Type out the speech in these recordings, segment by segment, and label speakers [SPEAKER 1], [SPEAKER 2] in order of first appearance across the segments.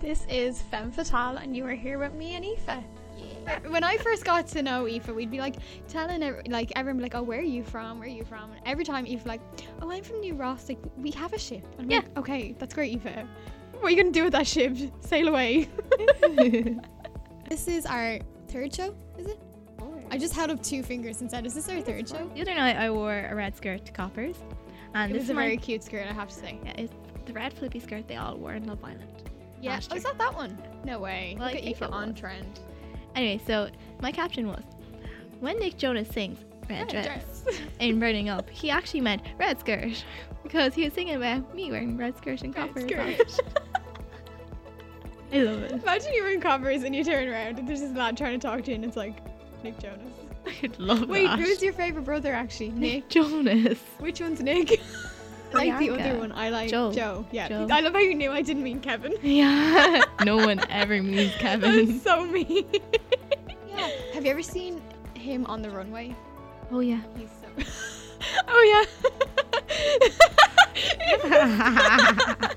[SPEAKER 1] This is Femme Fatale, and you are here with me and Aoife. When I first got to know Aoife, we'd be like telling every, like everyone be like, "Oh, where are you from? Where are you from?" And every time Aoife like, "Oh, I'm from New Ross. Like, we have a ship." And I'm
[SPEAKER 2] Yeah.
[SPEAKER 1] like, okay, that's great, Aoife. What are you gonna do with that ship? Sail away. this is our third show, is it? I just held up two fingers and said, "Is this our third show?"
[SPEAKER 2] The other night I wore a red skirt to Coppers, and
[SPEAKER 1] It
[SPEAKER 2] this
[SPEAKER 1] was
[SPEAKER 2] is
[SPEAKER 1] a
[SPEAKER 2] my-
[SPEAKER 1] very cute skirt, I have to say.
[SPEAKER 2] yeah, it's the red flippy skirt they all wore in Love Island.
[SPEAKER 1] Yeah.
[SPEAKER 2] Last
[SPEAKER 1] Oh, is
[SPEAKER 2] year.
[SPEAKER 1] that that one? No way.
[SPEAKER 2] Well, I
[SPEAKER 1] Look at
[SPEAKER 2] think
[SPEAKER 1] Aoife
[SPEAKER 2] it
[SPEAKER 1] on
[SPEAKER 2] was.
[SPEAKER 1] trend.
[SPEAKER 2] Anyway, so my caption was, when Nick Jonas sings red dress,
[SPEAKER 1] dress.
[SPEAKER 2] in Burning Up, he actually meant red skirt because he was singing about me wearing red skirt and
[SPEAKER 1] Red
[SPEAKER 2] Coppers.
[SPEAKER 1] skirt.
[SPEAKER 2] I love it.
[SPEAKER 1] Imagine you're in Converse and you turn around and there's this lad trying to talk to you and it's like Nick Jonas.
[SPEAKER 2] I'd love
[SPEAKER 1] Wait,
[SPEAKER 2] that.
[SPEAKER 1] who's your favorite brother actually? Nick.
[SPEAKER 2] Nick Jonas?
[SPEAKER 1] Which one's Nick? I like the
[SPEAKER 2] Priyanka.
[SPEAKER 1] other one. I like Joe.
[SPEAKER 2] Joe.
[SPEAKER 1] Yeah.
[SPEAKER 2] Joe.
[SPEAKER 1] I love how you knew I didn't mean Kevin.
[SPEAKER 2] Yeah. no one ever means Kevin.
[SPEAKER 1] That's so mean. yeah. Have you ever seen him on the runway?
[SPEAKER 2] Oh yeah.
[SPEAKER 1] He's so. oh yeah.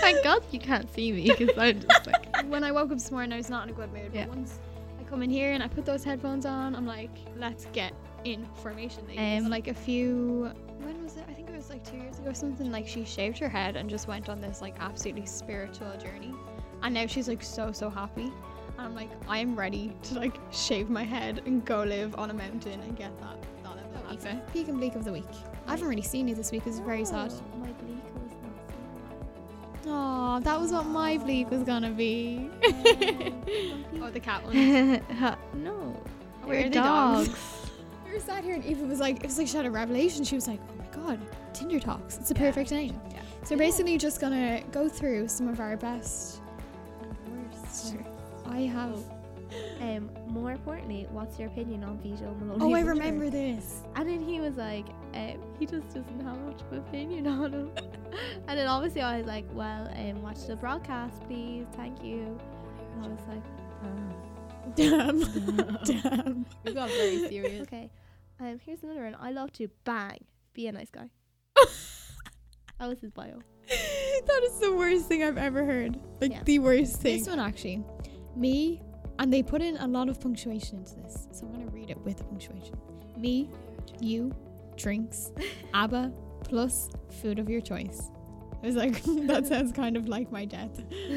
[SPEAKER 2] Thank God you can't see me because I'm just like.
[SPEAKER 1] when I woke up this morning, I was not in a good mood.
[SPEAKER 2] Yeah.
[SPEAKER 1] But once I come in here and I put those headphones on, I'm like, let's get in formation. They
[SPEAKER 2] Um,
[SPEAKER 1] like a few. When was it? I think it was like two years ago or something. Like she shaved her head and just went on this like absolutely spiritual journey, and now she's like so so happy. And I'm like, I am ready to like shave my head and go live on a mountain and get that. that level of happy.
[SPEAKER 3] Peak and bleak of the week. I haven't really seen you this week. It's very sad.
[SPEAKER 2] My bleak was
[SPEAKER 3] Oh, that was what my bleak was gonna be.
[SPEAKER 1] Oh, the cat one.
[SPEAKER 2] not. no.
[SPEAKER 1] Where are
[SPEAKER 2] We're
[SPEAKER 1] the dogs?
[SPEAKER 3] we were sat here and Eva was like, it was like she had a revelation. She was like, oh my god, Tinder talks. It's a perfect name.
[SPEAKER 2] Yeah.
[SPEAKER 3] So we're basically just gonna go through some of our best and worst. I have.
[SPEAKER 2] Um, more importantly, what's your opinion on Vito Maloney?
[SPEAKER 3] Oh, I
[SPEAKER 2] Butcher?
[SPEAKER 3] remember this.
[SPEAKER 2] And then he was like, um, he just doesn't have much of an opinion on him. and then obviously I was like, well, um, watch the broadcast, please. Thank you. And I was like, oh.
[SPEAKER 3] Damn. Damn.
[SPEAKER 1] We got very serious.
[SPEAKER 2] okay. Um, here's another one. I love to bang. Be a nice guy. that was his bio.
[SPEAKER 3] that is the worst thing I've ever heard. Like
[SPEAKER 2] Yeah.
[SPEAKER 3] the worst
[SPEAKER 1] thing.
[SPEAKER 3] This one actually, me, and they put in a lot of punctuation into this, so I'm gonna read it with punctuation. Me, you, drinks, ABBA, plus food of your choice. I was like, that sounds kind of like my death.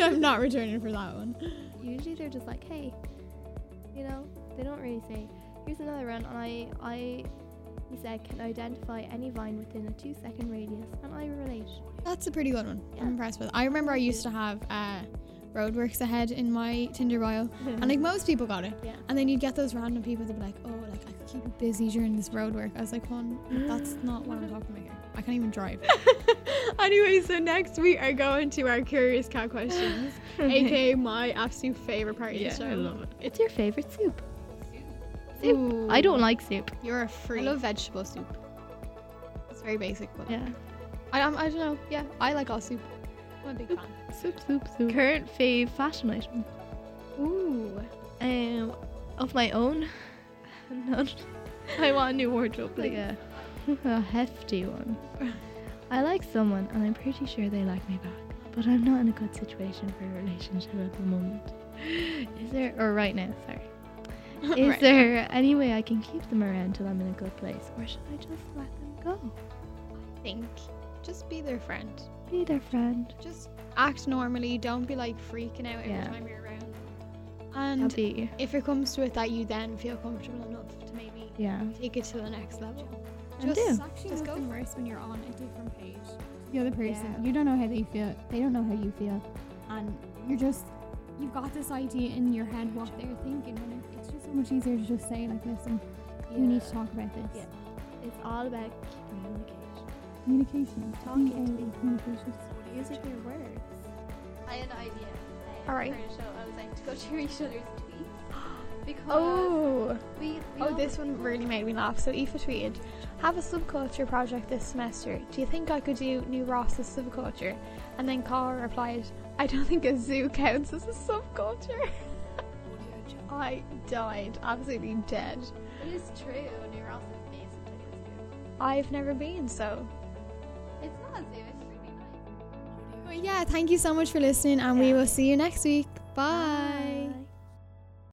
[SPEAKER 3] I'm not returning for that one.
[SPEAKER 2] Usually they're just like, hey, you know, they don't really say. Here's another one. And I, I, he said, can identify any vine within a two-second radius, and I relate.
[SPEAKER 3] That's a pretty good one.
[SPEAKER 2] Yeah.
[SPEAKER 3] I'm impressed with. I remember I used to have uh, roadworks ahead in my Tinder bio, and like most people got it.
[SPEAKER 2] Yeah.
[SPEAKER 3] And then you'd get those random people that'd be like, "Oh, like I could keep you busy during this roadwork." I was like, "Hon, that's not what I'm talking about here. I can't even drive."
[SPEAKER 1] anyway, so next we are going to our curious cat questions, aka my absolute favorite part of the show.
[SPEAKER 2] it. It's your favorite soup. Soup.
[SPEAKER 1] Ooh.
[SPEAKER 2] I don't like soup.
[SPEAKER 1] You're a freak. I love vegetable soup. It's very basic, but
[SPEAKER 2] Yeah.
[SPEAKER 1] I, I'm- I don't know. Yeah, I like all soup. I'm a big fan.
[SPEAKER 2] Soup, soup, soup. Current fave fashion item.
[SPEAKER 1] Ooh.
[SPEAKER 2] Um, of my own. None. I want a new wardrobe, like a, a hefty one. I like someone, and I'm pretty sure they like me back. But I'm not in a good situation for a relationship at the moment. Is there, or right now, sorry. Is
[SPEAKER 1] Right.
[SPEAKER 2] there any way I can keep them around till I'm in a good place, or should I just let them go?
[SPEAKER 1] Think. Just be their friend.
[SPEAKER 2] Be their friend.
[SPEAKER 1] Just act normally. Don't be like freaking out every
[SPEAKER 2] Yeah.
[SPEAKER 1] time you're around. And
[SPEAKER 2] Happy.
[SPEAKER 1] if it comes to it that you then feel comfortable enough to maybe
[SPEAKER 2] Yeah.
[SPEAKER 1] take it to the next level,
[SPEAKER 2] And
[SPEAKER 1] just
[SPEAKER 2] do.
[SPEAKER 3] actually
[SPEAKER 1] Just go nothing
[SPEAKER 3] worse when you're on a different page. The other person,
[SPEAKER 2] Yeah.
[SPEAKER 3] you don't know how they feel. They don't know how you feel, and you're just you've got this idea in your head what they're thinking. And it- it's just so much easier to just say like, "Listen, we need to talk about this."
[SPEAKER 2] Yeah. It's all about communication.
[SPEAKER 3] Communication.
[SPEAKER 2] Talking
[SPEAKER 3] Being
[SPEAKER 2] to
[SPEAKER 3] able
[SPEAKER 2] people.
[SPEAKER 3] communication.
[SPEAKER 2] Using your words. I had an idea.
[SPEAKER 1] All right.
[SPEAKER 2] For a show, I was like to go through each other's tweets because
[SPEAKER 1] Oh.
[SPEAKER 2] we, we
[SPEAKER 1] Oh,
[SPEAKER 2] all-
[SPEAKER 1] this one really made me laugh. So Aoife tweeted, have a subculture project this semester. Do you think I could do New Ross's subculture? And then Cara replied, I don't think a zoo counts as a subculture. I died, absolutely dead.
[SPEAKER 2] It is true. New Ross is basically a zoo.
[SPEAKER 1] I've never been, so
[SPEAKER 2] It's not a zoo. It's just really nice.
[SPEAKER 1] we yeah, thank you so much for listening, and we will see you next week. Bye.